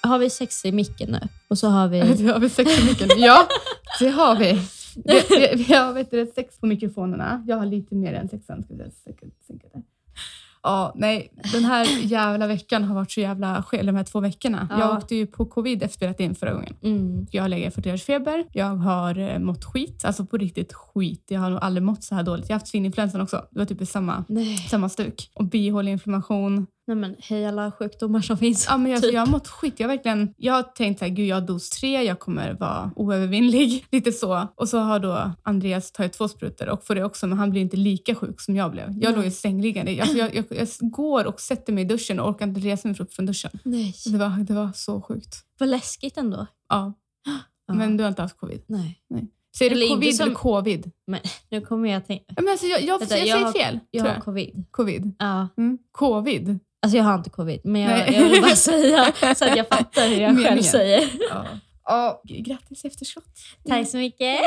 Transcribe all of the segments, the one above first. har vi sex i micken nu? Och så har vi... Det har vi sex på mikrofonen. Ja, det har vi. Vi, vi, vi har vet du, sex på mikrofonerna. Jag har lite mer än sexan. Ska jag säkert synka det. Ja, nej, den här jävla veckan har varit så jävla skev, de här två veckorna. Ja. Jag åkte ju på covid efter att in förra gången. Mm. Jag har legat i 40 dagars feber. Jag har eh, mått skit, alltså på riktigt skit. Jag har nog aldrig mått så här dåligt. Jag har haft svininfluensan också. Det var typ i samma, Nej. samma stuk. Och bihåleinflammation. Nej men hej alla sjukdomar som finns. Ja, men jag, Typ. jag har mått skit. Jag har, verkligen, jag har tänkt så här, gud jag har dos tre, jag kommer vara oövervinnlig. Lite så. Och så har då Andreas tagit två sprutor och får det också, men han blir inte lika sjuk som jag blev. Jag Nej. låg i sängliggande. Alltså, jag, jag, jag går och sätter mig i duschen och orkar inte resa mig upp från duschen. Nej. Det var, det var så sjukt. Vad läskigt ändå. Ja. Ja. Men du har inte haft covid? Nej. Säger du Eller inte covid som- eller covid? Nu kommer jag tänka... Ja, Men alltså, jag, jag, Vänta, jag, jag säger har- fel, Jag tror har jag. covid. Covid. Ja. Mm. Covid. Alltså jag har inte covid, men jag, Nej. jag vill bara säga så att jag fattar hur jag själv Meningen. säger. Ja. Ja. Grattis i efterskott. Tack så mycket.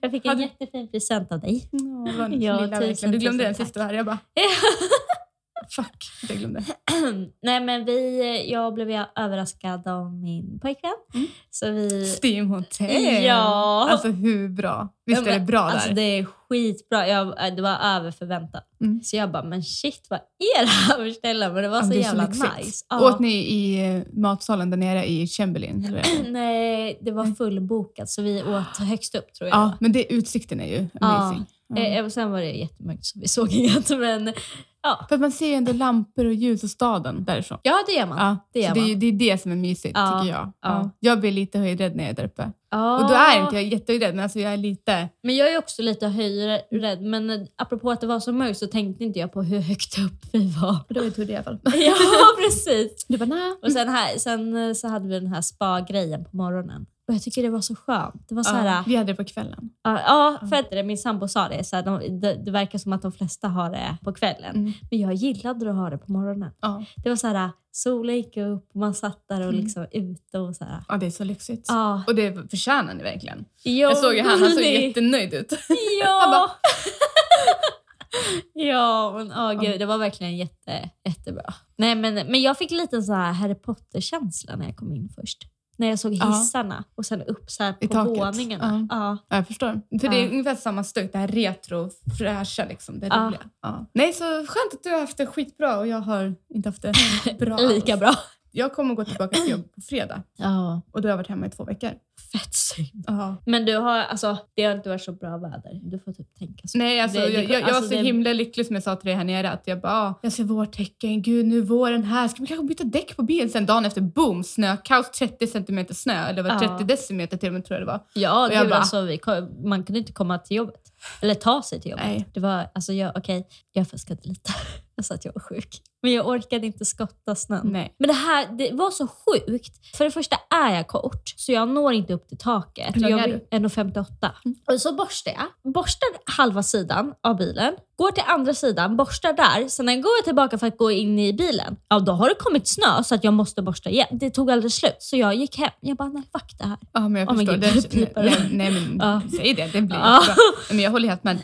Jag fick en Hade- jättefin present av dig. Ja, vad Ja, typ lilla tusen, verkligen. Du glömde tusen den tack. sista där. Jag bara, fuck. Jag glömde. Nej men vi, jag blev ju överraskad av min pojkvän. Mm. Så vi... Steam Hotel. Ja. Alltså hur bra? Visst är det bra där? Alltså det är skitbra. Jag, äh, det var över förväntan. Mm. Så jag bara, men shit vad är det här för ställe? Men det var Ja, så det är jävla lyxigt. nice. Ja. Åt ni i eh, matsalen där nere i Chamberlain? Eller? vad det är? Nej, det var fullbokat så vi åt högst upp tror jag. Mm. ja, men det, utsikten är ju amazing. Ja. Eh, Och sen var det jättemörkt så vi såg inget. Men För man ser ju ändå lampor och ljus och staden därifrån. ja, det gör man. Ja, det så gör det, är man. ju, det är det som är mysigt Ja, tycker jag. ja. Jag blir lite höjdrädd när jag är där uppe. Ja. Och då är inte jag jätterädd, men alltså jag är lite... Men jag är också lite Mm. höjdrädd. Men eh, apropå att det var så mörkt så tänkte inte jag på hur högt upp vi var. Du är tur i alla fall. ja, precis. Du bara, nej. Och sen, här, sen eh, så hade vi den här spa-grejen på morgonen. Och jag tycker det var så skönt. Det var så här, Ja, vi hade det på kvällen. Ja, ja, för att det, min sambo sa det. Så här, de, det. Det verkar som att de flesta har det på kvällen. Mm. Men jag gillade att ha det på morgonen. Ja. Det var så här, solen gick upp och man satt där och Mm. liksom ute och så här. ja, det är så lyxigt. Ja. Och det förtjänar ni verkligen. Jo, Jag såg ju han, han såg gullig. jättenöjd ut. Han Ja! bara- ja, men åh Ja. gud, det var verkligen jätte, jättebra. Nej, men, men jag fick lite så här Harry Potter-känsla när jag kom in först. När jag såg Ja. hissarna och sen upp så här I på taket. våningarna. Ja. Ja, jag förstår. För det Ja. är ungefär samma stuk, det här retro, fräscha liksom, det Ja. roliga. Ja. Nej, så skönt att du har haft det skitbra och jag har inte haft det bra Lika alls. bra. Jag kommer gå tillbaka till jobb på fredag Ja, och du har jag varit hemma i två veckor. fett synd. Ja. Men du har, alltså, det har inte varit så bra väder. Du får typ tänka så. Nej, alltså, Det- det- jag, jag, jag alltså, var så det- himla lycklig som jag sa till dig här nere att jag bara, ah, jag ser vårtecken, gud nu är våren här, ska man kanske byta däck på bilen sen dagen efter, boom, snökaos, 30 centimeter snö, eller det var Ja. 30 decimeter till och med tror jag det var. Ja, Och jag gud, bara- alltså, vi, kom- man kunde inte komma till jobbet. Eller ta sig till jobbet. Nej. Det var, alltså, jag, okej, jag fuskade lite. Jag sa att jag var sjuk. Men jag orkade inte skotta snön. Nej. Men det här det var så sjukt. För det första är jag kort, så jag når inte upp till taket. Hur lång jag är vill- 1,58. Och så borstar jag. Borstar halva sidan av bilen, går till andra sidan, borstar där. Sen när jag går tillbaka för att gå in i bilen, ja, då har det kommit snö så att jag måste borsta igen. Det tog aldrig slut, så jag gick hem. Jag bara, nej, fuck det här. Ja, men jag Ja, men förstår. gud, det, du pipar. nej, nej, men Ja. säg det. Det blir Ja. jättebra. Men jag håller helt med.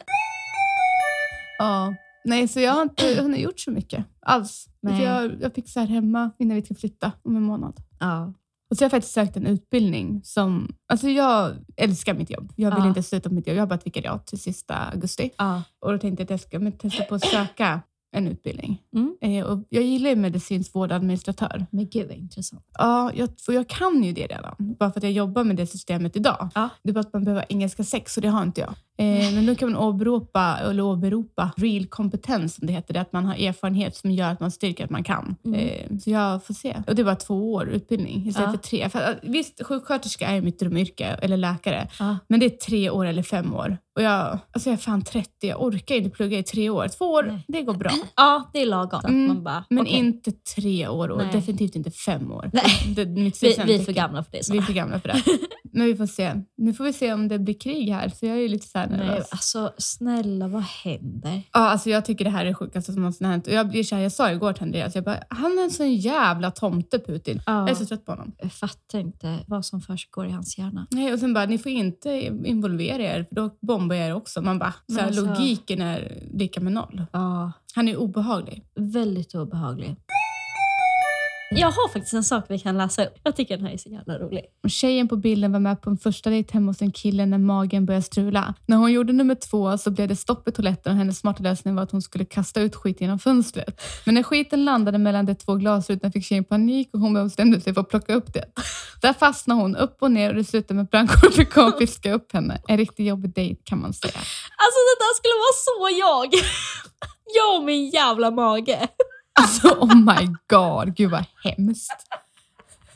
Ja. Nej, så jag har inte hunnit gjort så mycket alls. Nej. För Jag, jag fick så här hemma innan vi ska flytta om en månad. Ja. Och så har jag faktiskt sökt en utbildning som... Alltså jag älskar mitt jobb. Jag vill Ja. inte sluta på mitt jobb. Jag har bara ett vikariat till sista augusti. ja. Och då tänkte jag att jag ska men, testa på att söka en utbildning. Mm. Eh, och jag gillar ju medicinsk vårdadministratör. Men gud vad intressant. Ja, jag, för jag kan ju det redan. Bara för att jag jobbar med det systemet idag. Ja. Det är bara att man behöver engelska sex och det har inte jag. Eh, men då kan man åberopa, eller åberopa real kompetens som det heter. Det är att man har erfarenhet som gör att man styrker att man kan. Eh, så jag får se. Och det är bara två år utbildning istället Mm. Ja. för tre. För, att, visst, sjuksköterska är ju mitt drömyrke, eller läkare. Ja. Men det är tre år eller fem år. Och jag, alltså jag är fan 30, jag orkar inte plugga i tre år. Två år, Nej. det går bra. Ja, det är lagom. Mm, Man bara, Men okej. inte tre år och Nej. definitivt inte fem år. Nej. Det, mitt vi, CSN vi är tycker- för gamla för det. Så. vi är för gamla för det. Men vi får se. Nu får vi se om det blir krig här, så jag är ju lite så här Nej, nervös. Ja, alltså snälla, vad händer? alltså jag tycker det här är det sjukaste som någonsin har hänt. Och jag, blir så här, jag sa igår till Andreas, jag bara, han är en sån jävla tomte Putin. Ja. Jag är så trött på honom. Jag fattar inte vad som försiggår i hans hjärna. Nej, och sen bara, ni får inte involvera er, för då bombar jag er också. Man bara, så här, Men alltså- logiken är lika med noll. Ja, Han är obehaglig. väldigt obehaglig. Jag har faktiskt en sak vi kan läsa upp. Jag tycker den här är så jävla rolig. Tjejen på bilden var med på en första dejt hemma hos en kille när magen började strula. När hon gjorde nummer två så blev det stopp i toaletten och hennes smarta lösning var att hon skulle kasta ut skit genom fönstret. Men när skiten landade mellan de två glasrutorna fick tjejen panik och hon bestämde sig för att plocka upp det. Där fastnade hon upp och ner och det slutade med att brandkåren fick komma och fiska upp henne. En riktigt jobbig dejt kan man säga. Alltså det där skulle vara så jag! Jag och min jävla mage. Alltså oh my god, gud vad hemskt.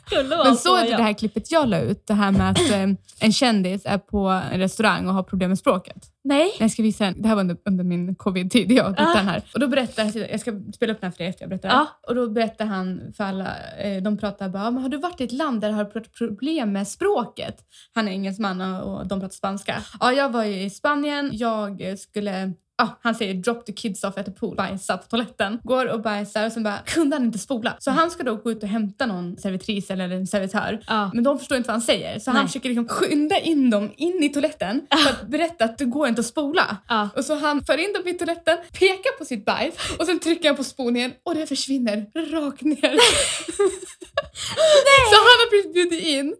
Skulle vara Men såg du jag. det här klippet jag la ut? Det här med att eh, en kändis är på en restaurang och har problem med språket. Nej. Nej, Jag ska visa en. Det här var under, under min covid-tid. Jag tittade Ah. här. Och då berättar, jag ska spela upp den här för dig efter jag berättar. det. Ja. Och då berättar han för alla, eh, de pratar bara, men har du varit i ett land där du har pr- problem med språket? Han är engelsman och, och de pratar spanska. Ja, jag var ju i Spanien. Jag eh, skulle Ah, han säger drop the kids off at the pool. Bajsar på toaletten. Går och bajsar och sen bara kunde han inte spola. Så han ska då gå ut och hämta någon servitris eller en servitör. Ja. Men de förstår inte vad han säger. Så Nej. han försöker liksom skynda in dem in i toaletten för att berätta att det går inte att spola. Ja. Och så han för in dem i toaletten, pekar på sitt bajs och sen trycker han på spolningen och det försvinner rakt ner. Så han har precis bjudit in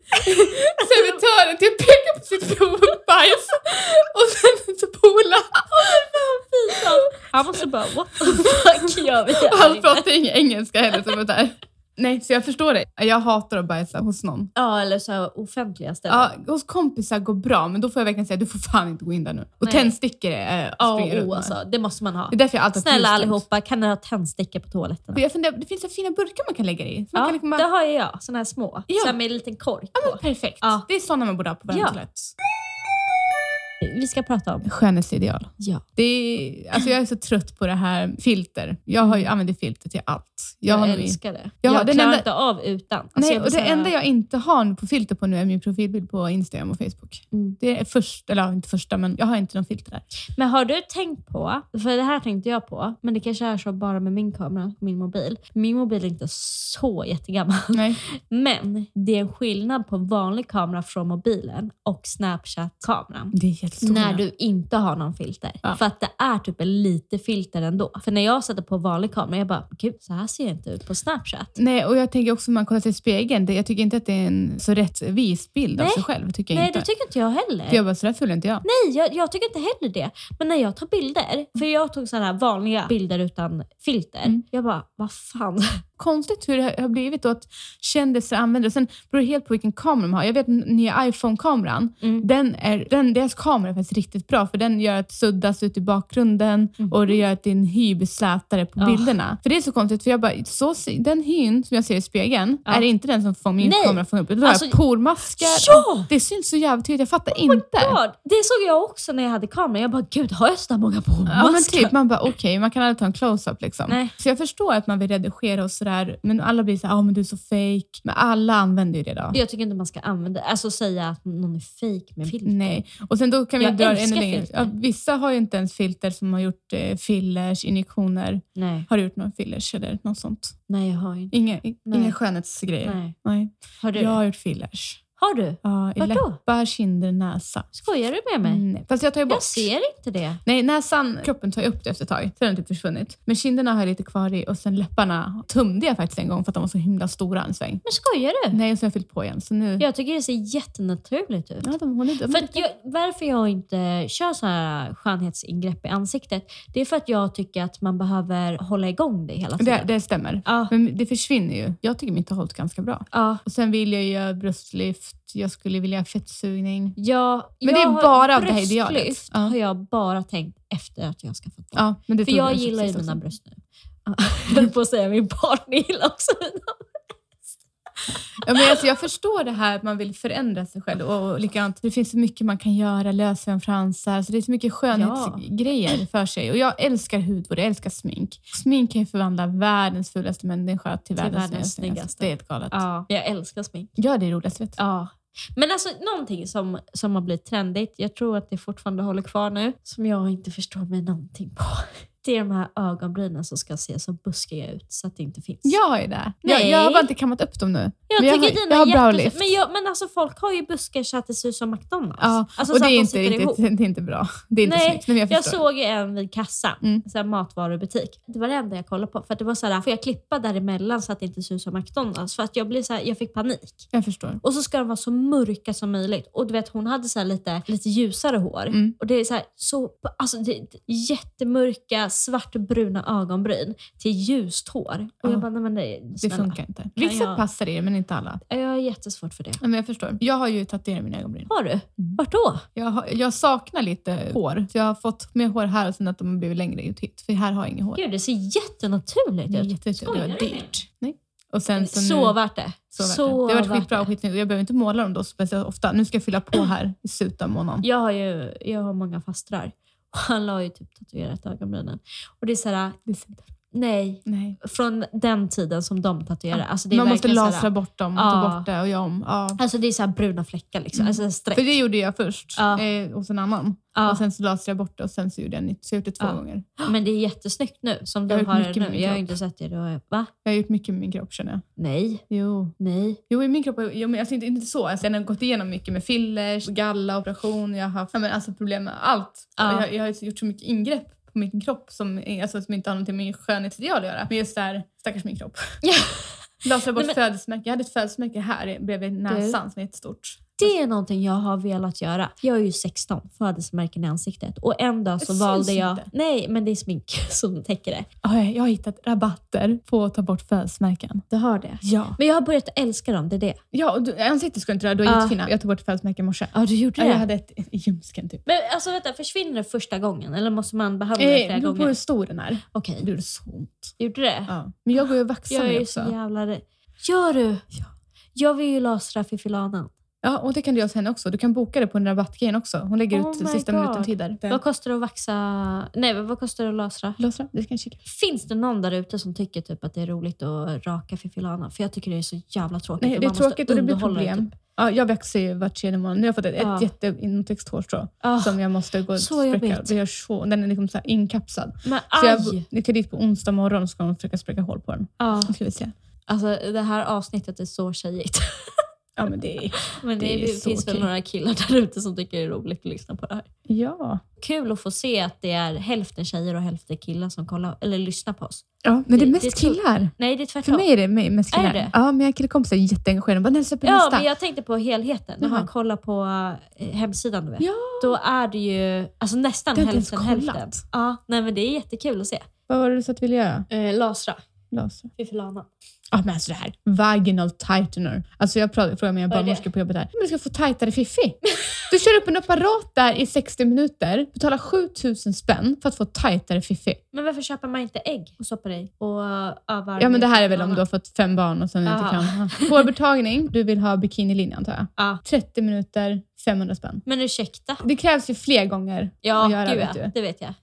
servitören till att peka på sitt bajs och sen så spola. Han måste bara what the fuck gör vi Och han här? pratar ingen engelska heller. Så det där. Nej, så jag förstår dig. Jag hatar att bajsa hos någon. Ja eller så här offentliga ställen. Ja, hos kompisar går bra, men då får jag verkligen säga du får fan inte gå in där nu. Och Nej. tändstickor är A äh, och springer O runt alltså, det måste man ha. Det är därför jag alltid har Snälla pilsner. allihopa, kan ni ha tändstickor på toaletten? Jag funderar, det finns så fina burkar man kan lägga det i. Så man Ja, kan liksom bara, det har ju jag. Såna här små. Ja. Så här med en liten kork ja, på. men perfekt. Ja. Det är sådana man borde ha på varje Ja. toalett. Vi ska prata om... Skönhetsideal. Ja. Det är, alltså jag är så trött på det här filter. Jag har ju använt filter till allt. Jag, har Mm. Jag nog- älskar det. Jag har- jag den klarar enda- inte av utan. Alltså, Nej, jag vill och det så här- enda jag inte har på filter på nu är min profilbild på Instagram och Facebook. Mm. Det är först, eller ja, inte första, men jag har inte någon filter där. Men har du tänkt på, för det här tänkte jag på, men det kanske är så bara med min kamera och min mobil. Min mobil är inte så jättegammal. Nej. Men det är en skillnad på en vanlig kamera från mobilen och Snapchat-kameran. Det är jättestor När skillnad. du inte har någon filter. Ja. För att det är typ lite filter ändå. För när jag sätter på vanlig kamera, jag bara gud så här ser jag inte ut på Snapchat. Nej, och jag tänker också när man kollar sig i spegeln, det, jag tycker inte att det är en så rättvis bild av Nej. sig själv. Tycker jag Nej inte. det tycker inte jag heller. För jag bara, så där ful är inte jag. Nej, jag, jag tycker inte heller det. Men när jag tar bilder, för jag tog sådana här vanliga bilder utan filter. Mm. Jag bara, vad fan. Konstigt hur det har blivit då att kändisar använder det. Sen beror det helt på vilken kamera de har. Jag vet den nya iPhone-kameran, Mm. den är, den, deras kamera är faktiskt riktigt bra för den gör att suddas ut i bakgrunden och det gör att din hy blir slätare på Mm. Ah. bilderna. För det är så konstigt, för jag bara, så, se- den hyn som jag ser i spegeln Ja. är inte den som får min Ah. Nej. kamera att fånga upp. Då har Alltså- Oh jag pormaskar. Ja! Det syns så jävligt tydligt, jag fattar inte. Ja, det såg jag också när jag hade kameran. Jag bara, gud har jag sådär många pormaskar? Ja, men typ, man bara okej, man kan aldrig ta en close-up. Liksom. Nej. Så jag förstår att man vill redigera och sådär, men alla blir såhär, ja men du är så fake. Men alla använder ju det då. Jag tycker inte man ska använda, alltså säga att någon är fake med filter. Nej, och sen då kan vi Jag dra det ännu älskar längre. filter. Ja, vissa har ju inte ens filter som har gjort eh, fillers, injektioner. Nej, Har du gjort några fillers eller något sånt? nej jag har ju inte. Inga, i- Nej. inga skönhetsgrejer? Nej. Nej. Har du Jag det? har gjort fillers. Har du? Ja, i Vart då? läppar, kinder, näsa. Skojar du med mig? Nej. Fast jag tar ju bort. Jag ser inte det. Nej, näsan, kroppen tar ju upp det efter ett tag. Sen har den typ försvunnit. Men kinderna har jag lite kvar i och sen läpparna tömde jag faktiskt en gång för att de var så himla stora en sväng. Men skojar du? Nej, och sen har jag fyllt på igen. Så nu... Jag tycker det ser jättenaturligt ut. Ja, de håller inte... För att jag, varför jag inte kör så här äh, skönhetsingrepp i ansiktet, det är för att jag tycker att man behöver hålla igång det hela tiden. det, det stämmer. Ja. Men det försvinner ju. Jag tycker mitt har hållit ganska bra. Ja, Och sen vill jag ju göra bröstlyft. Jag skulle vilja ha fettsugning. ja, Men det jag är har- bara av det här idealet. bröstlyft Ja. har jag bara tänkt efter att jag ska få barn. Ja, men det för tog jag sist gillar ju också. mina bröst nu. Ja, Jag höll på att säga min partner gillar också mina. Ja, men alltså, jag förstår det här att man vill förändra sig själv. Och, och likadant, det finns så mycket man kan göra, lösögonfransar. Så alltså, det är så mycket skönhetsgrejer för sig. Och jag älskar hudvård, jag älskar smink. Smink kan ju förvandla världens fulaste människa till, världens, världens snyggaste. snyggaste. Det är ett galet. Ja. Ja. Jag älskar smink. det är roligast vet du. Ja. Men alltså någonting som, som har blivit trendigt, jag tror att det fortfarande håller kvar nu, som jag inte förstår mig någonting på. Det är de här ögonbrynen som ska se så buskiga ut så att det inte finns. Jag har ju det. Nej. Alltså, Jag, jag har bara inte kammat upp dem nu. Ja, Jag Men jag tycker har- dina jag har är jättefina. browlift. Men, jag, men alltså folk har ju buskar så att det ser ut som McDonalds. Ja, alltså, och så det att är, de inte sitter riktigt, ihop. det är inte bra. Det är inte Nej, snyggt. Nej, men jag Jag förstår. såg ju en vid kassa, Mm. så här matvarubutik. Det var det enda jag kollade på. För att det var så här, får jag klippa däremellan så att det inte ser ut som McDonalds? För att jag, blev så här, jag fick panik. Jag förstår. Och så ska de vara så mörka som möjligt. Och du vet, hon hade så här lite, lite ljusare hår. Mm. Och det är så här, så, alltså, det, det- jättemörka, svartbruna ögonbryn till ljust hår. Och Ja. jag bara, nej men det, Det snälla. funkar inte. Vissa jag- passar det, men inte alla. Ja, Jag har jättesvårt för det. Ja, men jag förstår. Jag har ju tatuerat mina ögonbryn. Har du? Vart då? Jag, har, jag saknar lite hår. Så jag har fått mer hår här och sen att de har blivit längre ut hit. För här har jag inget hår. Gud, det ser jättenaturligt Det är ut. jättedyrt. Det var Skojar du? dyrt. Nej. Och sen, Så, så nu, värt det. så värt det. det har varit skitbra och skitsnyggt. Jag behöver inte måla dem då speciellt ofta. Nu ska jag fylla på här i slutet av månaden. Jag har ju jag har många fastrar. Och alla har ju typ tatuerat ögonbrynen. Och det är såhär, Det ser inte- nej. Nej. Från, Den tiden som de tatuerar. Alltså det är Man måste verkligen så här- lasra bort dem, Ja. ta bort det och göra om. Ja. Alltså det är så här bruna fläckar liksom. Mm. Alltså För alltså- streck. det gjorde jag först Ja. eh, hos en annan. Ja. Och sen så lasrade jag bort det och sen så gjorde jag nytt. Så jag har gjort det två Ja. gånger. Men det är jättesnyggt nu. Som Jag har du gjort har mycket det med nu. min Jag har kropp. inte sett det. Då har jag, va? Jag har gjort mycket med min kropp känner jag. Nej, Jo. nej. Jo, i min kropp, har- jo, men alltså inte, inte så. Alltså, jag har gått igenom mycket med fillers, galla, operation. Jag har haft ja, men alltså, problem med allt. Ja. Jag, jag har gjort så mycket ingrepp på min kropp som, är- alltså, som inte har någonting med min skönhetsideal att göra. Men just där, stackars min kropp. Lasrade bort Nej, men- födelsemärken. Jag hade ett födelsemärke här bredvid näsan som är jättestort. Det är någonting jag har velat göra. Jag är ju 16, födelsemärken i ansiktet. Och en dag så Det syns valde jag... inte. Nej, men det är smink som täcker det. Oj, Jag har hittat rabatter på att ta bort födelsemärken. Du har det. Ja. Men jag har börjat älska dem, det är det. Ja, och du, ansiktet ska inte röra. Du har Ja. jättefina. Jag tog bort födelsemärken i morse. Ja, du gjorde Ja, jag hade ett i ljumsken typ. Men alltså vänta, försvinner det första gången eller måste man behandla det Eh, flera det beror på gånger? hur stor den är. Okej, Det gjorde så ont. gjorde det? Ja. Men jag går ju och vaxar jag är mig ju så också. jävla rädd. Gör du? Ja. Jag vill ju lasra fiffilanan. Ja, och det kan du göra hos henne också. Du kan boka det på en rabattgrejen också. Hon lägger Oh ut my sista God. minuten-tider. Vad kostar det att vaxa... Nej, men vad kostar det att lasra? Låsa, det ska jag kika. Finns det någon där ute som tycker typ att det är roligt att raka fiffilanan? För jag tycker det är så jävla tråkigt. Nej, det är man måste tråkigt och det blir underhålla problem. typ. Ja, jag växer ju var tredje månad. Nu har jag fått ett, Ja. ett jätteinväxt hårstrå Ah, som jag måste gå och så spräcka. jobbigt. Det gör så Den är liksom så här inkapsad. men Så aj! Ah. jag, jag ska dit på onsdag morgon och ska de försöka spräcka hål på den. Ja, Då ska vi se. alltså, det här avsnittet är så tjejigt. Ja, men det är... Men det, Det är det så finns väl okej. några killar där ute som tycker det är roligt att lyssna på det här. Ja. Kul att få se att det är hälften tjejer och hälften killar som kollar, eller lyssnar på oss. Ja, men det Det- är mest det är så- killar. Nej, det är För tvärtom. mig är det mig- mest Är killar. det? Ja, mina killkompisar är jätteengagerade. De bara, när släpper ni Ja, nästa? men jag tänkte på helheten. När Jaha. man kollar på eh, hemsidan, du vet. Ja. Då är det ju alltså nästan Det har jag inte hälften ens hälften. kollat. Ja, nej, men det är jättekul att se. Vad var det du sa att du ville göra? Eh, lasra, Laser. fiffilanan. Ja, men alltså det här. Vaginal tightener. Alltså jag pratade, frågade mina Vad är det? barnmorskor på jobbet här. Men du ska få tajtare fiffi. Du kör upp en apparat där i 60 minuter, betalar 7000 spänn för att få tajtare fiffi. Men varför köper man inte ägg och stoppar i och övar? Ja, men med det här är väl om du fiffilanan? har fått fem barn och sen inte Aha. kan. Hårborttagning, du vill ha bikinilinje antar jag. Ja. 30 minuter, 500 spänn. Men ursäkta. Det krävs ju fler gånger Ja, att göra. gud, vet ja, du. det vet jag.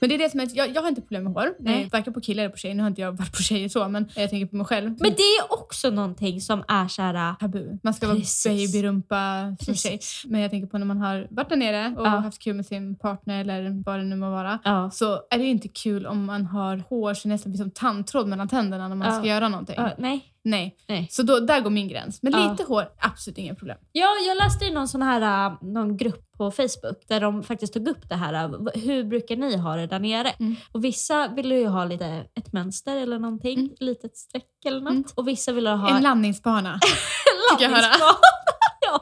Men det är det som är, jag, jag har inte problem med hår. Nej. Eh, Varken på killar eller på tjejer. Nu har inte jag varit på tjejer så, men jag tänker på mig själv. Men det är också någonting som är så här... eh, tabu. Man ska vara Precis. babyrumpa som Precis. tjej. Men jag tänker på när man har varit där nere och Ja. haft kul med sin partner eller vad det nu må vara. Ja. Så är det ju inte kul om man har hår som nästan blir som tandtråd mellan tänderna när man Ja. ska göra någonting. ja, nej. Nej. Nej. Så då, där går min gräns. Men Ja. lite hår, absolut inga problem. Ja, jag läste i någon sån här äh, någon grupp på Facebook där de faktiskt tog upp det här. äh, v- Hur brukar ni ha det där nere? Mm. Och vissa ville ju ha lite ett mönster eller någonting. Mm. Litet streck eller något. Mm. Och vissa ville ha En landningsbana. fick jag höra. landningsbana. ja.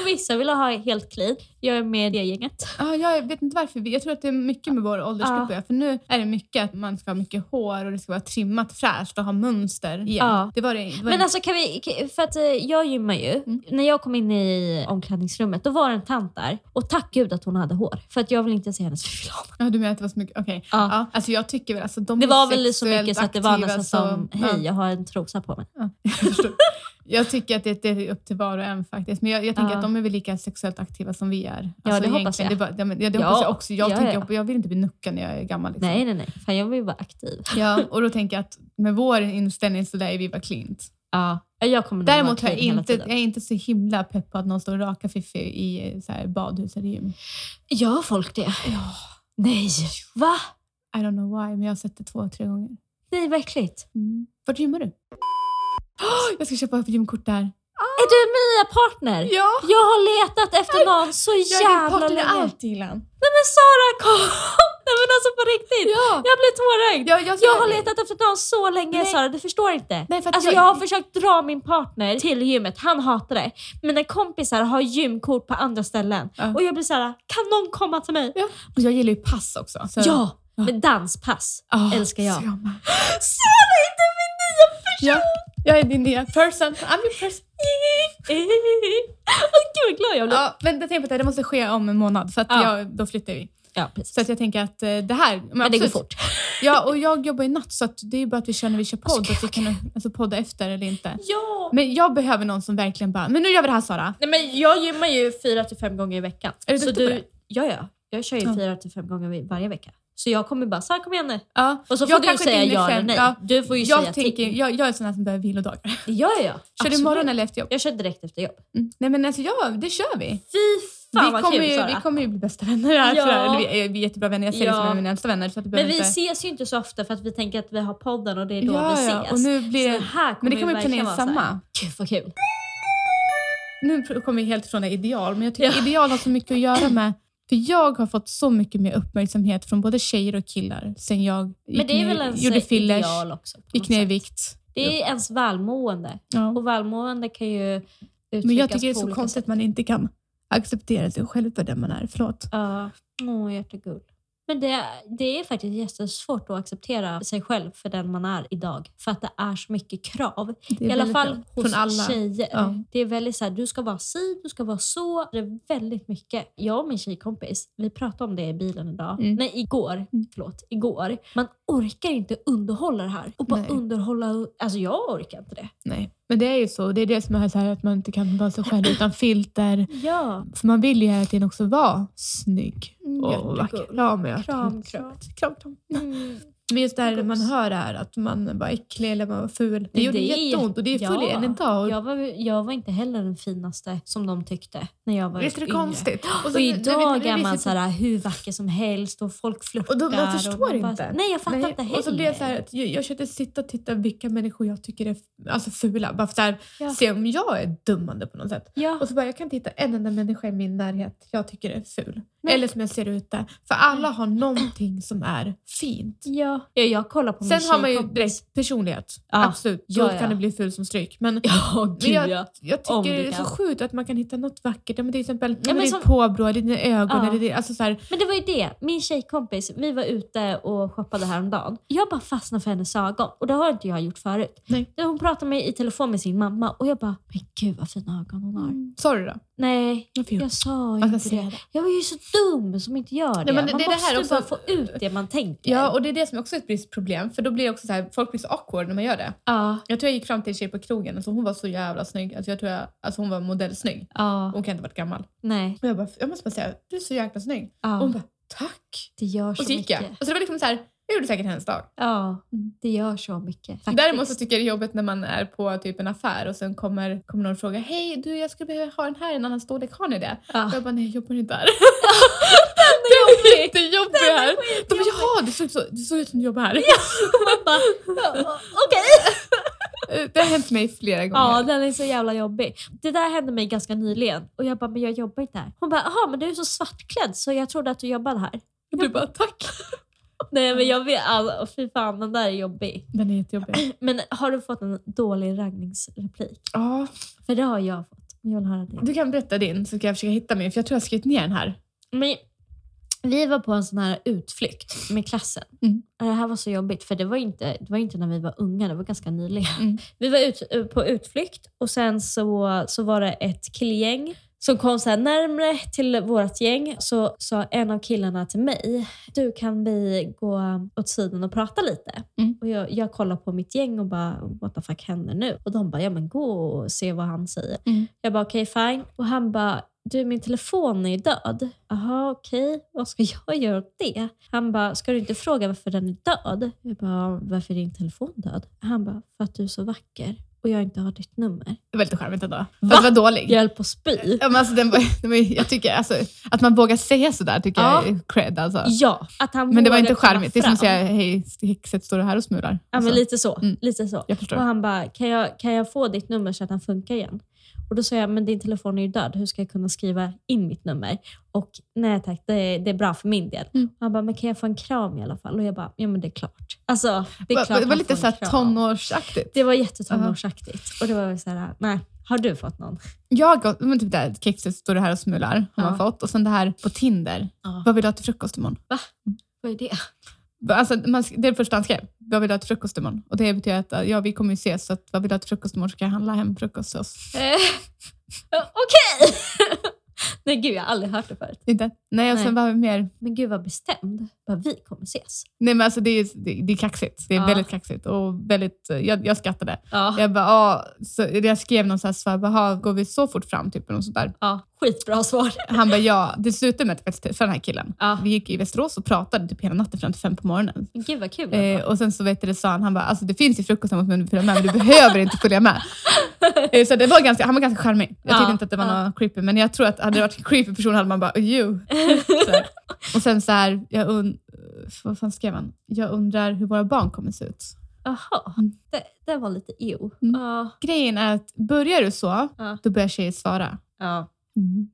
Och vissa ville ha helt clean. Jag är med i det gänget. ja, jag vet inte varför. Jag tror att det är mycket med vår åldersgrupp Ja. att göra. För nu är det mycket att man ska ha mycket hår och det ska vara trimmat fräscht och ha mönster igen. Ja. Det var det, det var Men alltså kan vi, k- för att eh, jag gymmar ju. Mm. När jag kom in i omklädningsrummet då var det en tant där. Och tack gud att hon hade hår. För att jag vill inte se hennes fyllan. Ja, du menar att det var så mycket? Okej. Ja. Ja. alltså jag tycker väl alltså de Det är var väl så sexuellt mycket så att det var aktiva, nästan som, så- hej Ja, jag har en trosa på mig. ja, jag förstår. jag tycker att det, det är upp till var och en faktiskt. Men jag, jag tänker Ja. att de är väl lika sexuellt aktiva som vi är. Alltså, Ja, det hoppas egentligen, jag. Det, var, ja, men- ja, det Ja, hoppas jag också. Jag, ja, tänker, ja. jag vill inte bli nuckad när jag är gammal. Liksom. Nej, nej, nej. Fan, jag vill vara aktiv. Ja, och då tänker jag att med vår inställning så där är vi bara klint. Ja. Jag kommer nog Däremot har vara clean jag hela inte, jag tiden. är inte så himla pepp på att någon står och rakar fiffi i eh, så här, badhus eller gym. Gör folk det? Ja. Nej! Va? I don't know why, men jag har sett det två, tre gånger. Nej vad äckligt. Mm. Vart gymmar du? Åh, jag ska köpa ett gymkort där. Är du min nya partner? Ja! Jag har letat efter någon så Jag är din jävla partner i länge. allt, Dilan. Nej men Sara kom! Nej men alltså på riktigt. Ja! Jag blir tårögd. ja jag, ska- Jag har letat efter någon så länge Nej. Sara, du förstår inte. Nej, för att Alltså jag, jag har försökt dra min partner till gymmet, han hatar det. Mina kompisar har gymkort på andra ställen. Ja. Och jag blir så här: kan någon komma till mig? Ja. Och jag gillar ju pass också. Så. Ja! Med danspass. Ah, älskar jag. så med. Sara är inte min nya Ja, jag är din nya person. I'm your person. Åh Alltså, gud vad glad jag blev. Ja, men jag tänker på det, det måste ske om en månad för att Ja. jag, då flyttar vi. Ja, precis. Så att jag tänker att eh, det här... Men, Men det går absolut. fort. Ja, och jag jobbar ju natt så att det är ju bara att vi kör när vi kör podd. Alltså, gud, att vi kan alltså, podda efter eller inte. Ja! Men jag behöver någon som verkligen bara, men nu gör vi det här Sara. Nej, men jag gymmar ju fyra till fem gånger i veckan. Är du duktig på det? Ja, ja. Jag kör Ja. ju fyra till fem gånger varje vecka. Så jag kommer bara, Sara kom igen nu. Ja. Och så Jag får du kanske inte säga hinner ja eller själv. nej. Ja. Du får ju säga Jag, till. tänker, jag, jag är sån här som behöver vilodagar. Kör Ja, ja. Kör du morgon eller efter jobb? Jag kör direkt efter jobb. Mm. Nej men alltså ja, det kör vi. Fy fan vi, vad kommer kul ju, Sara. vi kommer ju bli bästa vänner här. Ja. tror jag. Eller vi, är, vi är jättebra vänner, jag ser dig Ja. som en av mina äldsta vänner. Så att Men du behöver vi inte... ses ju inte så ofta för att vi tänker att vi har podden och det är då vi ja, ses. ja. Och nu blir... så det här kommer men det kommer ju vi verkligen planera vara så här, samma. Gud vad kul. Nu pr- kommer vi helt ifrån det ideal, men jag tycker ideal har så mycket att göra med... För jag har fått så mycket mer uppmärksamhet från både tjejer och killar sen jag Men gick det är ner, väl ens gjorde fillers, ideal också. på gick något ner i sätt. vikt. Det är ens välmående. Ja. Och välmående kan ju uttryckas Men jag tycker det är på så olika konstigt sätt. att man inte kan acceptera sig själv för den man är. Förlåt. Ja, åh hjärtegull. Men det, det är faktiskt jättesvårt att acceptera sig själv för den man är idag. För att det är så mycket krav. Det är I alla väldigt fall bra. hos Från alla. tjejer. Ja. Det är väldigt så här, du ska vara si, du ska vara så. Det är väldigt mycket. Jag och min tjejkompis, vi pratade om det i bilen idag. Mm. Nej, igår. Mm. Förlåt, igår. Man orkar inte underhålla det här. Och bara Nej. underhålla, alltså jag orkar inte det. Nej. Men det är ju så. Det är det som är så här att man inte kan vara sig själv utan filter. Ja. För man vill ju hela tiden också vara snygg och Jättegull. vacker. Ja, men jag Kram, tycker det är så kram. roligt. kram, kram. Mm. Men just det här när man Guss. hör det här att man var äcklig eller man var ful. Det Men gjorde det är- jätteont och det är ja. full än idag. Och Jag var, jag var inte heller den finaste som de tyckte när jag var Visst är det yngre. konstigt? Alltså, Och, Och idag är man så här. såhär hur vacker som helst och folk flörtar. Och då- man förstår man bara- inte. Nej jag fattar inte heller. och så blir jag så här att jag, jag försökte sitta och titta vilka människor jag tycker är f- alltså fula. Bara för att så här, Ja. se om jag är dummande på något sätt. ja. Och så bara, jag kan inte hitta en enda människa i min närhet jag tycker är ful. Nej. Eller som jag ser ut där. För alla har någonting som är fint. Ja. ja, jag kollar Mm. på Sen min har man ju tjejkompis. direkt personlighet. Ja. Absolut. Då Ja, ja. kan det bli ful som stryk. Men Ja, Men gud jag, ja. jag Om tycker du det är så kan. sjukt att man kan hitta något vackert. Ja, men till exempel ja, men men som- ditt påbrå, dina ögon. Ja. Eller det, alltså så här, Men det var ju det, min tjejkompis, vi var ute och shoppade häromdagen. Jag bara fastnade för hennes ögon och det har inte jag gjort förut. Nej. Då Hon pratade med i telefon med sin mamma och jag bara, men gud vad fina ögon hon har. Sa du det? Nej, Varför gjorde jag sa ju Man ska inte se det. Jag är ju så dum som inte gör det. Nej, men det- man det är det måste här ju också- bara få ut det man tänker. Ja, och det är det som också är ett visst problem. För då blir det också så här, folk blir så awkward när man gör det. ja. Jag tror jag gick fram till en tjej på krogen, alltså hon var så jävla snygg. Alltså jag tror jag, alltså hon var modellsnygg. ja. Hon kan inte ha varit gammal. Nej. Och jag bara, jag måste bara säga, du är så jäkla snygg. Ja. Och hon bara, tack! Det gör så, Och så gick mycket. jag. Alltså det var liksom så här, jag gjorde säkert hennes dag. Ja, det gör så mycket. Faktiskt. Däremot så tycker jag det är jobbigt när man är på typ en affär och sen kommer, kommer någon fråga, hej du jag skulle behöva ha den här i en annan storlek, har ni det? Ja. Jag bara, nej jag jobbar inte här. Ah. den är jättejobbig här. De bara, jaha du såg, så, du såg ut som du jobbar här. Man bara, "Ja, Okej! Eh, Det har hänt mig flera gånger. Ja, den är så jävla jobbig. Det där hände mig ganska nyligen och jag bara, men jag jobbar inte här. Hon bara, jaha men du är så svartklädd så jag trodde att du jobbade här. Och du bara, tack. Nej men jag vet, alltså, fy fan den där är jobbig. Den är jättejobbig. Men har du fått en dålig raggningsreplik? Ja, För det har jag fått. Jag vill höra det. du kan berätta din så ska jag försöka hitta min för jag tror jag har skrivit ner den här. Men vi var på en sån här utflykt med klassen. Mm. Och Det här var så jobbigt för det var inte, det var inte när vi var unga, det var ganska nyligen. Mm. Vi var ut, eh, på utflykt och sen så, så var det ett killgäng som kom så här närmre till vårt gäng. Så sa en av killarna till mig, du kan vi gå åt sidan och prata lite? Mm. Och jag, jag kollar på mitt gäng och bara, what the fuck händer nu? Och de bara, ja men gå och se vad han säger. Mm. Jag bara, okej fine. Och han bara, du min telefon är död. Jaha okej, vad ska jag göra åt det? Han bara, ska du inte fråga varför den är död? Jag bara, varför är din telefon död? Han bara, för att du är så vacker. och jag inte har ditt nummer. Det var lite charmigt ändå. Va? Fast det var dålig. Jag höll på att spy. Ja, men alltså, den var, den var, jag tycker, alltså, att man vågar säga sådär tycker Ja. jag är cred. Alltså. Ja, att han Men det var vågade inte komma charmigt. Det är som att fram. säga, hej, häxet står du här och smular? Ja, men Alltså, lite så. Mm. Lite så. jag Och förstår. han bara, kan jag, kan jag få ditt nummer så att han funkar igen? Och då sa jag, men din telefon är ju död. Hur ska jag kunna skriva in mitt nummer? Och nej tack, det, det är bra för min del. Mm. Och han bara, men kan jag få en kram i alla fall? Och jag bara, ja men det är klart. Alltså, det Det, är var, klart det var han lite får en kram. såhär tonårsaktigt. Det var jättetonårsaktigt. Och det var väl såhär, nej, har du fått någon? Jag, men typ det här, kexet står du här och smular, har man Ja. fått. Och sen det här på Tinder. Ja. Vad vill du ha till frukost imorgon? Vad är det? Alltså, man, sk- det är det första han skrev. Vad vill du ha till frukost imorgon? Och det betyder att äh, ja, vi kommer ju ses, så att, vad vill du ha till frukost imorgon? Ska jag handla hem frukost till oss? Eh, Okej! nej gud, jag har aldrig hört det förut. Inte? Nej, och Nej. sen vad har vi mer? Men gud vad bestämd. Bara, vi kommer ses. Nej, men alltså det är, det, det är kaxigt. Det är Ja. väldigt kaxigt. Och väldigt, eh, jag, jag skrattade. Ja. Jag, bara, ah, så, jag skrev någon så här svar, bara, "Ah, går vi så fort fram? Typ, eller något sånt där. ja. Skitbra svar. Han bara, ja. Det slutade med att jag träffade den här killen. Ja. Vi gick i Västerås och pratade typ hela natten fram till fem på morgonen. Gud vad kul. Eh, och sen så vet du, det sa han, han bara, alltså det finns ju frukost om du vill följa med, men du behöver inte följa med. Eh, så det var ganska, han var ganska charmig. Jag tyckte Ja, inte att det var ja. något creepy, men jag tror att hade det varit en creepy person hade man bara, oh, you. Så här. Och sen så här, jag und- vad fan skrev han? Jag undrar hur våra barn kommer se ut. Jaha, Mm. det, det var lite Ah. ew. Mm. Ja. Grejen är att börjar du så, Ja. då börjar tjejer svara. Ja. Mm.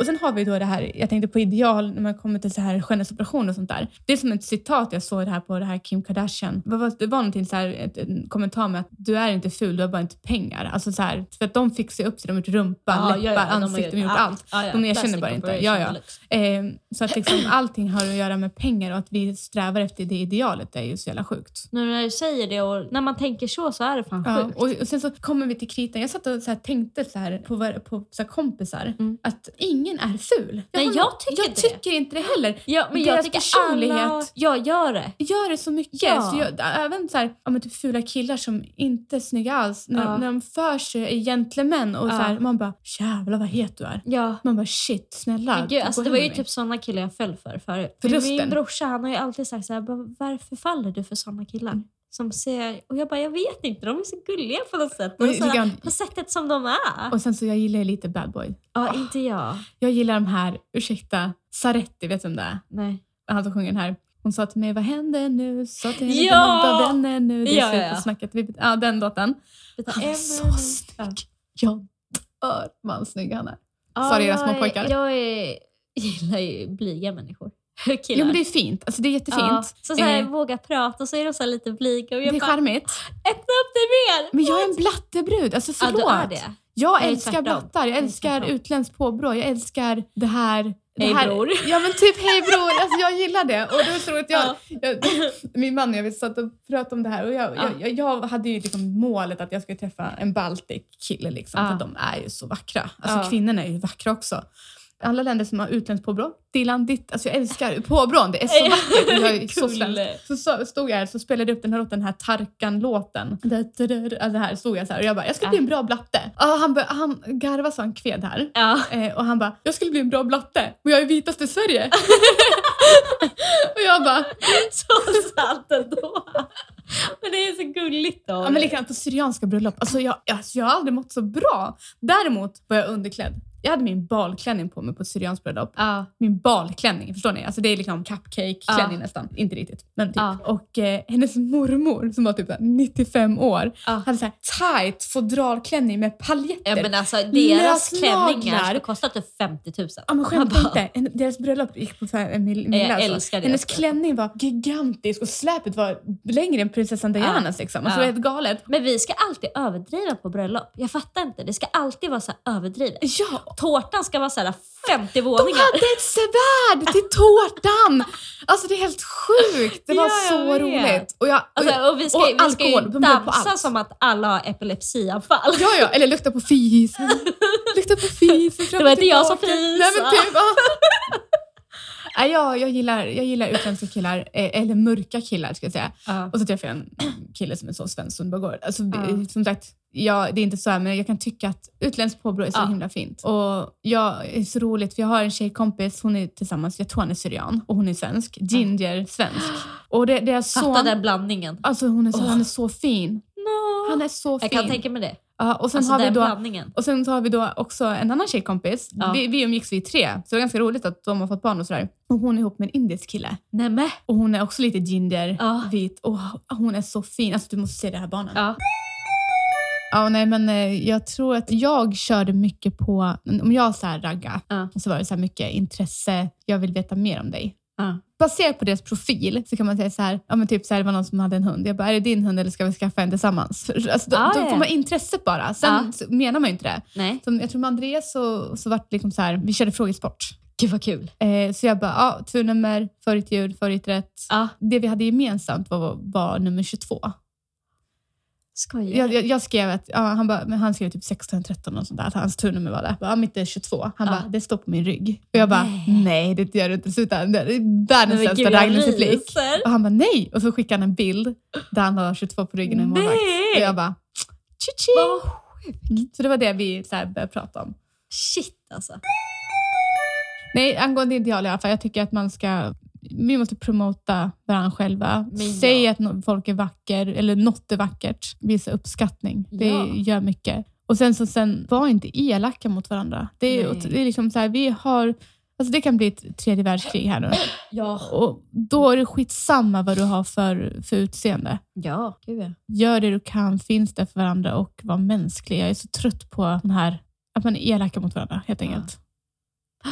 Och sen har vi då det här, jag tänkte på ideal när man kommer till så här skönhetsoperationer och sånt där. Det är som ett citat jag såg det här på det här Kim Kardashian. Vad var- Det var någonting så här, ett, en kommentar med att du är inte ful, du har bara inte pengar. Alltså så här, för att de fixar upp sig, de har gjort rumpa, läppar, ansikte, de har gjort allt. Ja, ja. De erkänner Plastic bara inte. operation Ja, ja. deluxe. Eh, så att liksom allting har att göra med pengar och att vi strävar efter det idealet det är ju så jävla sjukt. Nu när du säger det och när man tänker så så är det fan Ja, sjukt. och, och sen så kommer vi till kritan. Jag satt och så här tänkte så här på, var- på så här kompisar Mm. att ingen är ful. Nej, håller- jag tycker inte det. tycker inte det heller. Ja, men jag deras tycker alla... personlighet- Jag gör det. Gör det så mycket. Ja. Så jag, även så här, ja, men typ fula killar som inte är snygga alls. När, Ja. när de för sig är gentlemän och Ja. så här, man bara jävlar vad het du är. Ja. Man bara shit snälla. Men gud, alltså, gå det var hem ju med typ såna killar jag föll för förut. För Men Min rösten. brorsa han har ju alltid sagt så här, "Bara, varför faller du för såna killar? Mm. Som ser, och jag bara, jag vet inte, de är så gulliga på något sätt. mig. Och Och, så här, jag tycker på sättet som de är. han- och sen så jag gillar ju lite bad boy. Ja, inte jag. Jag gillar de här, ursäkta, Saretti vet du vem det är? Nej. han som sjunger den här. Hon sa till mig, vad händer nu? Sa till henne, Ja! ja! vad vänner nu? Det är Ja, slut ja, ja. på snacket. Vi- Ja, den låten. Utan Han är Emma- så snygg. Jag dör vad han snygg han är. Ja, Sorry, era jag små är- pojkar. Jag är, gillar ju blyga människor. Killar. Jo, men det är fint. Alltså, det är jättefint. Ja, så så här, Eh, våga prata och så är de så här lite blyga. Och det jag är bara, charmigt. öppna upp dig mer! Men jag är en blattebrud. Alltså, ja, förlåt. du är det. Jag Jag är älskar tvärtom. blattar. Jag är älskar tvärtom. utländskt påbrå. Jag älskar det här. Det Hej, här. bror. Ja men typ hej bror, alltså, jag gillar det. Och det var så roligt. Jag, Ja. jag, min man och jag vi satt och pratade om det här och jag, Ja. jag, jag hade ju liksom målet att jag skulle träffa en Baltic-kille. Liksom, Ja. För de är ju så vackra. Alltså Ja. kvinnorna är ju vackra också. Alla länder som har utländskt påbrå. Dilan, ditt. Alltså jag älskar påbrån. Det är så vackert. och Jag är så Kul. svensk. Så, så stod jag här så spelade jag upp den här låten, den här Tarkan-låten. Alltså här stod jag så här och jag bara, jag ska bli en bra blatte. Och han, bör- han garvade så han kved här. Ja. Eh, och han bara, jag skulle bli en bra blatte, men jag är vitast i Sverige. och jag bara, Så sant ändå. Men det är så gulligt då. ja men likadant på syrianska bröllop. Alltså jag, alltså jag har aldrig mått så bra. Däremot var jag underklädd. Jag hade min balklänning på mig på ett syrianskt bröllop. Ja. Min balklänning, förstår ni? Alltså det är liksom cupcake-klänning Ja. nästan. Inte riktigt, men typ. Ja. Och eh, hennes mormor som var typ så här 95 år Ja. hade så här tight fodralklänning med paljetter. Ja, men alltså, deras Lös klänningar naglar. skulle kosta typ 50 000. Ja, men skämta Man bara- inte. En- Deras bröllop gick på så här en mil, mil Jag alltså. älskar det. Hennes klänning var gigantisk och släpet var längre än prinsessan Dianas. Liksom. Ja. Alltså, Det var helt galet. Men vi ska alltid överdriva på bröllop. Jag fattar inte. Det ska alltid vara så här överdrivet. Ja, Tårtan ska vara så här 50 de våningar. hade ett svärd till tårtan! Alltså det är helt sjukt. Det var Ja, jag så vet. roligt. Och jag, och jag, Alltså, och vi ska, och vi ska ju alkohol, de bjöd på dansa allt. som att alla har epilepsianfall. ja, ja, eller lukta på fisen. lukta på fisen. fram Det var och inte jag som tillbaka. fisade. Nej, men typ, ja. Nej, jag, jag, gillar, jag gillar utländska killar, eh, eller mörka killar ska jag säga. Och så träffade jag en kille som är så svensk som det bara går. Alltså, vi- Ja. Som sagt, jag, det är inte så här, men jag kan tycka att utländskt påbrå är så Ja. himla fint. Och jag är så roligt, för jag har en tjejkompis, hon är tillsammans, jag tror han är syrian och hon är svensk. Ginger, svensk. Och det, deras Fatta son, den blandningen. alltså hon är så, Åh. han är så fin. No. Han är så fin. jag kan tänka mig det. Ja, och sen alltså har vi den då blandningen. och sen så har vi då också en annan tjejkompis. Ja. Vi, vi umgicks vi tre, så det var ganska roligt att de har fått barn och sådär. Och hon är ihop med en indisk kille. Nej men. Och hon är också lite ginger, Ja. vit. Och hon är så fin. Alltså du måste se det här barnet. Ja. Ja, nej, men eh, jag tror att jag körde mycket på, om jag så här ragga, Ja. och så var det så här mycket intresse, jag vill veta mer om dig. Ja. Baserat på deras profil så kan man säga så här, ja men typ så här, det var någon som hade en hund. Jag bara, är det din hund eller ska vi skaffa en tillsammans? För, Alltså, då, Ah, då ja, får ja. man intresset bara. Sen Ja. så menar man ju inte det. Nej. Så jag tror med Andreas så, så vart det liksom så här, vi körde frågesport. Gud vad kul. Eh, så jag bara, ja, turnummer, förut djur, förut rätt. Ja. Det vi hade gemensamt var, var nummer 22. Skojar. Jag, jag, jag skrev att ja, han, bara, men han skrev typ 16, 13 och sånt där, att hans turnummer var det. Ja, mitt är 22. Ja. Han bara, det står på min rygg. Och jag bara, Nej. nej det gör du inte. Sluta. Det är Men världens sämsta gud, jag raggningsreplik. ryser. Och han bara, nej! Och så skickade han en bild där han har 22 på ryggen och en målvakt. Och Nej! jag bara, tji Vad Så det var det vi så här började prata om. Shit alltså. Nej, angående ideal i alla fall. Jag tycker att man ska vi måste promota varandra själva. Men ja. Säg att no- folk är vacker, eller något är vackert. Visa uppskattning. Det Ja. gör mycket. Och sen, så, sen var inte elaka mot varandra. Det, är, Nej. det är liksom så här, vi har... Alltså det kan bli ett tredje världskrig här nu. Ja. Och då är det skitsamma vad du har för, för utseende. Ja, gud ja. Gör det du kan, finns där för varandra och var mänsklig. Jag är så trött på den här, att man är elaka mot varandra helt Ja. enkelt.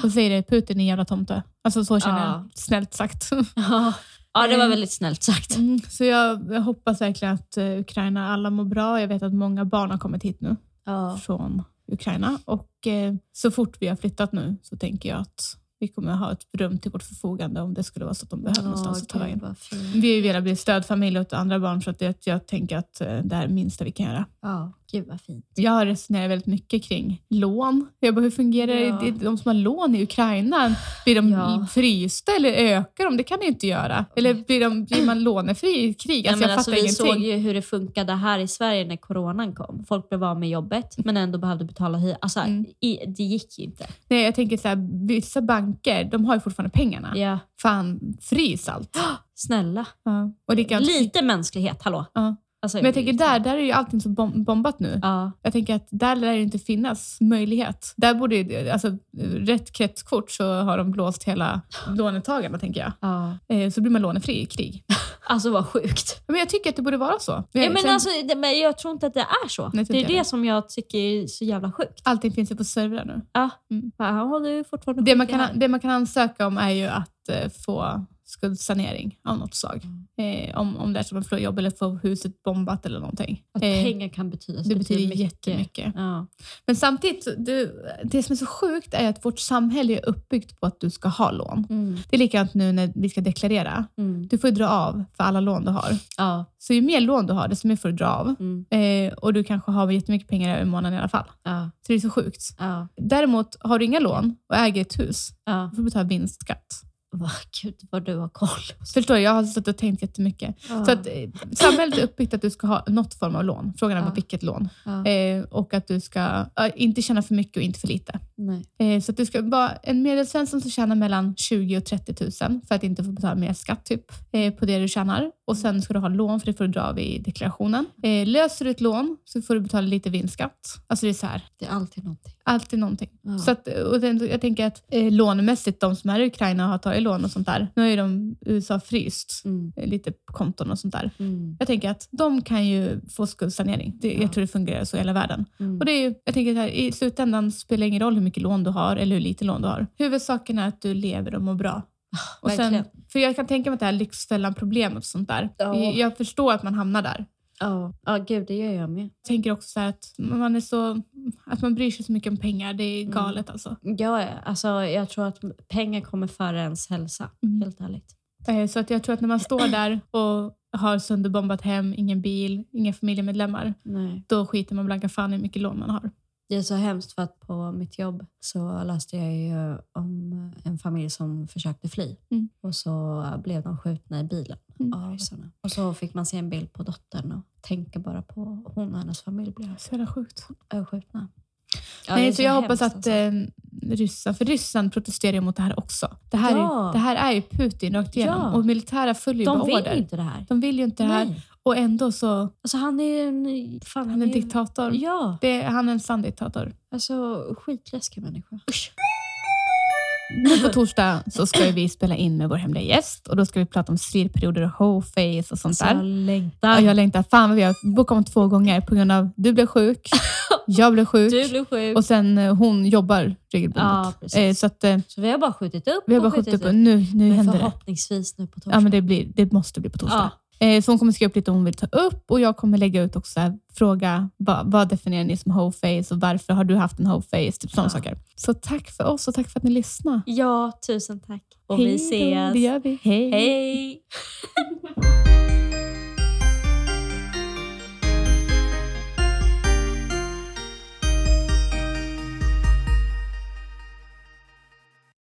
Och säger det, Putin är en jävla tomte. Alltså så känner Ja. jag, snällt sagt. Ja, ja det var Eh. väldigt snällt sagt. Mm, så jag, jag hoppas verkligen att eh, Ukraina, alla mår bra. Jag vet att många barn har kommit hit nu Ja. från Ukraina. Och eh, så fort vi har flyttat nu så tänker jag att vi kommer ha ett rum till vårt förfogande om det skulle vara så att de behöver någonstans att ta vägen. vad fint. Vi har ju velat bli stödfamilj åt andra barn så att det, jag tänker att eh, det här är det minsta vi kan göra. Ja, gud vad fint. Jag har resonerat väldigt mycket kring lån. Jag bara, hur fungerar Ja. det? De som har lån i Ukraina, blir de Ja. frysta eller ökar de? Det kan de ju inte göra. Eller blir, de, blir man lånefri i krig? Alltså, Nej, jag men fattar alltså, vi såg ingenting. ju hur det funkade här i Sverige när coronan kom. Folk blev av med jobbet men ändå behövde betala hyra. Alltså, Mm. i, det gick ju inte. Nej, jag tänker så här, vissa banker, de har ju fortfarande pengarna. Ja. Fan, frys allt. Snälla. Ja. Och det kan, Lite mänsklighet, hallå. Ja. Alltså, men jag tänker där, där är ju allting så bom- bombat nu. Ja. Jag tänker att där lär det inte finnas möjlighet. Där borde ju, alltså rätt kretskort så har de blåst hela lånetagarna tänker jag. ja. Eh, Så blir man lånefri i krig. Alltså vad sjukt. Men jag tycker att det borde vara så. Ja, Eh, men sen- alltså, det, men jag tror inte att det är så. Nej, typ det är jag det det. som jag tycker är så jävla sjukt. Allting finns ju på servrar nu. Ja. Mm. Fan, Han håller ju fortfarande Det man, sjuka här. kan, det man kan ansöka om är ju att eh, få skuldsanering av något slag. Mm. Eh, om, om det är så att man förlorar jobb eller får huset bombat eller någonting. Att Eh, pengar kan betyda så det betyder jättemycket. Ja. Men samtidigt, så- du, det som är så sjukt är att vårt samhälle är uppbyggt på att du ska ha lån. Mm. Det är likadant nu när vi ska deklarera. Mm. Du får ju dra av för alla lån du har. Ja. Så ju mer lån du har, desto mer får du dra av. Mm. Eh, och du kanske har jättemycket pengar över månaden i alla fall. Ja. Så det är så sjukt. Ja. Däremot, har du inga lån och äger ett hus, Ja. du får betala vinstskatt. Vad gud vad du har koll. Förstår du? Jag har suttit och tänkt jättemycket. Ja. Så att, eh, samhället är uppbyggt att du ska ha något form av lån. Frågan är Ja. bara vilket lån. ja. Eh, och att du ska eh, inte tjäna för mycket och inte för lite. Nej. Eh, så att du ska vara en medelsvensson som tjänar mellan 20 000 och 30 000 för att inte få betala mer skatt typ, eh, på det du tjänar. Och sen ska du ha lån för det får du dra av i deklarationen. Eh, löser du ett lån så får du betala lite vinstskatt. Alltså det är så här, Det är alltid någonting. alltid någonting. Ja. Så att, och sen, jag tänker att eh, lånemässigt, de som är i Ukraina och har tagit lån och sånt där, nu har ju de USA fryst Mm. eh, lite på konton och sånt där. Mm. Jag tänker att de kan ju få skuldsanering. Det, Ja. Jag tror det fungerar så i hela världen. Mm. Och det är ju, jag tänker att här, i slutändan spelar det ingen roll hur mycket lån du har eller hur lite lån du har. Huvudsaken är att du lever och mår bra. Och sen, Ah, verkligen. för jag kan tänka mig att det här Lyxfällan-problemet och sånt där. Ja. Jag- Jag förstår att man hamnar där. Ja, ja gud det gör jag med. Jag tänker också så här att man, är så, att man bryr sig så mycket om pengar. Det är Mm. galet alltså. Ja, ja. alltså, jag tror att pengar kommer före ens hälsa. Mm. Helt ärligt. Eh, Så att jag tror att när man står där och har sönderbombat hem, ingen bil, inga familjemedlemmar, Nej. då skiter man blanka fan i hur mycket lån man har. Det är så hemskt för att på mitt jobb så läste jag ju om en familj som försökte fly Mm. och så blev de skjutna i bilen Mm. av ryssarna. Och så fick man se en bild på dottern och tänka bara på hon och hennes familj blev Så jävla sjukt. eh, skjutna. Ja, det är Nej, så jag hoppas hemskt alltså. att eh, Ryssland, för Ryssland protesterar ju mot det här också. Det här, Ja. är, det här är ju Putin rakt igenom Ja. och militära följer ju De bara vill order. inte det här. De vill ju inte det här. Nej. Och ändå så, Alltså han är ju en... Fan, han är en diktator. Ja, Det, han är en sann diktator. alltså skitläskig människa. Usch. Nu på torsdag så ska ju vi spela in med vår hemliga gäst och då ska vi prata om slirperioder och wholeface och sånt Så där. jag Alltså, längtar. Ja, jag längtar. Fan vad vi har bokat om två gånger på grund av du blev sjuk, jag blev sjuk Du blev sjuk. och sen eh, hon jobbar regelbundet. Ja, precis. Eh, så att, eh, så vi har bara skjutit upp vi har bara och skjutit upp och nu, nu Men händer det. förhoppningsvis nu på torsdag. Ja, men det, blir, det måste bli på torsdag. Eh, så hon kommer skriva upp lite hon vill ta upp och jag kommer lägga ut också så här, fråga vad, vad definierar ni som wholeface och varför har du haft en wholeface? Typ sådana Ja. saker. Så tack för oss och tack för att ni lyssnade. Ja, tusen tack. Och Hej vi då, ses. Det gör vi. Hej!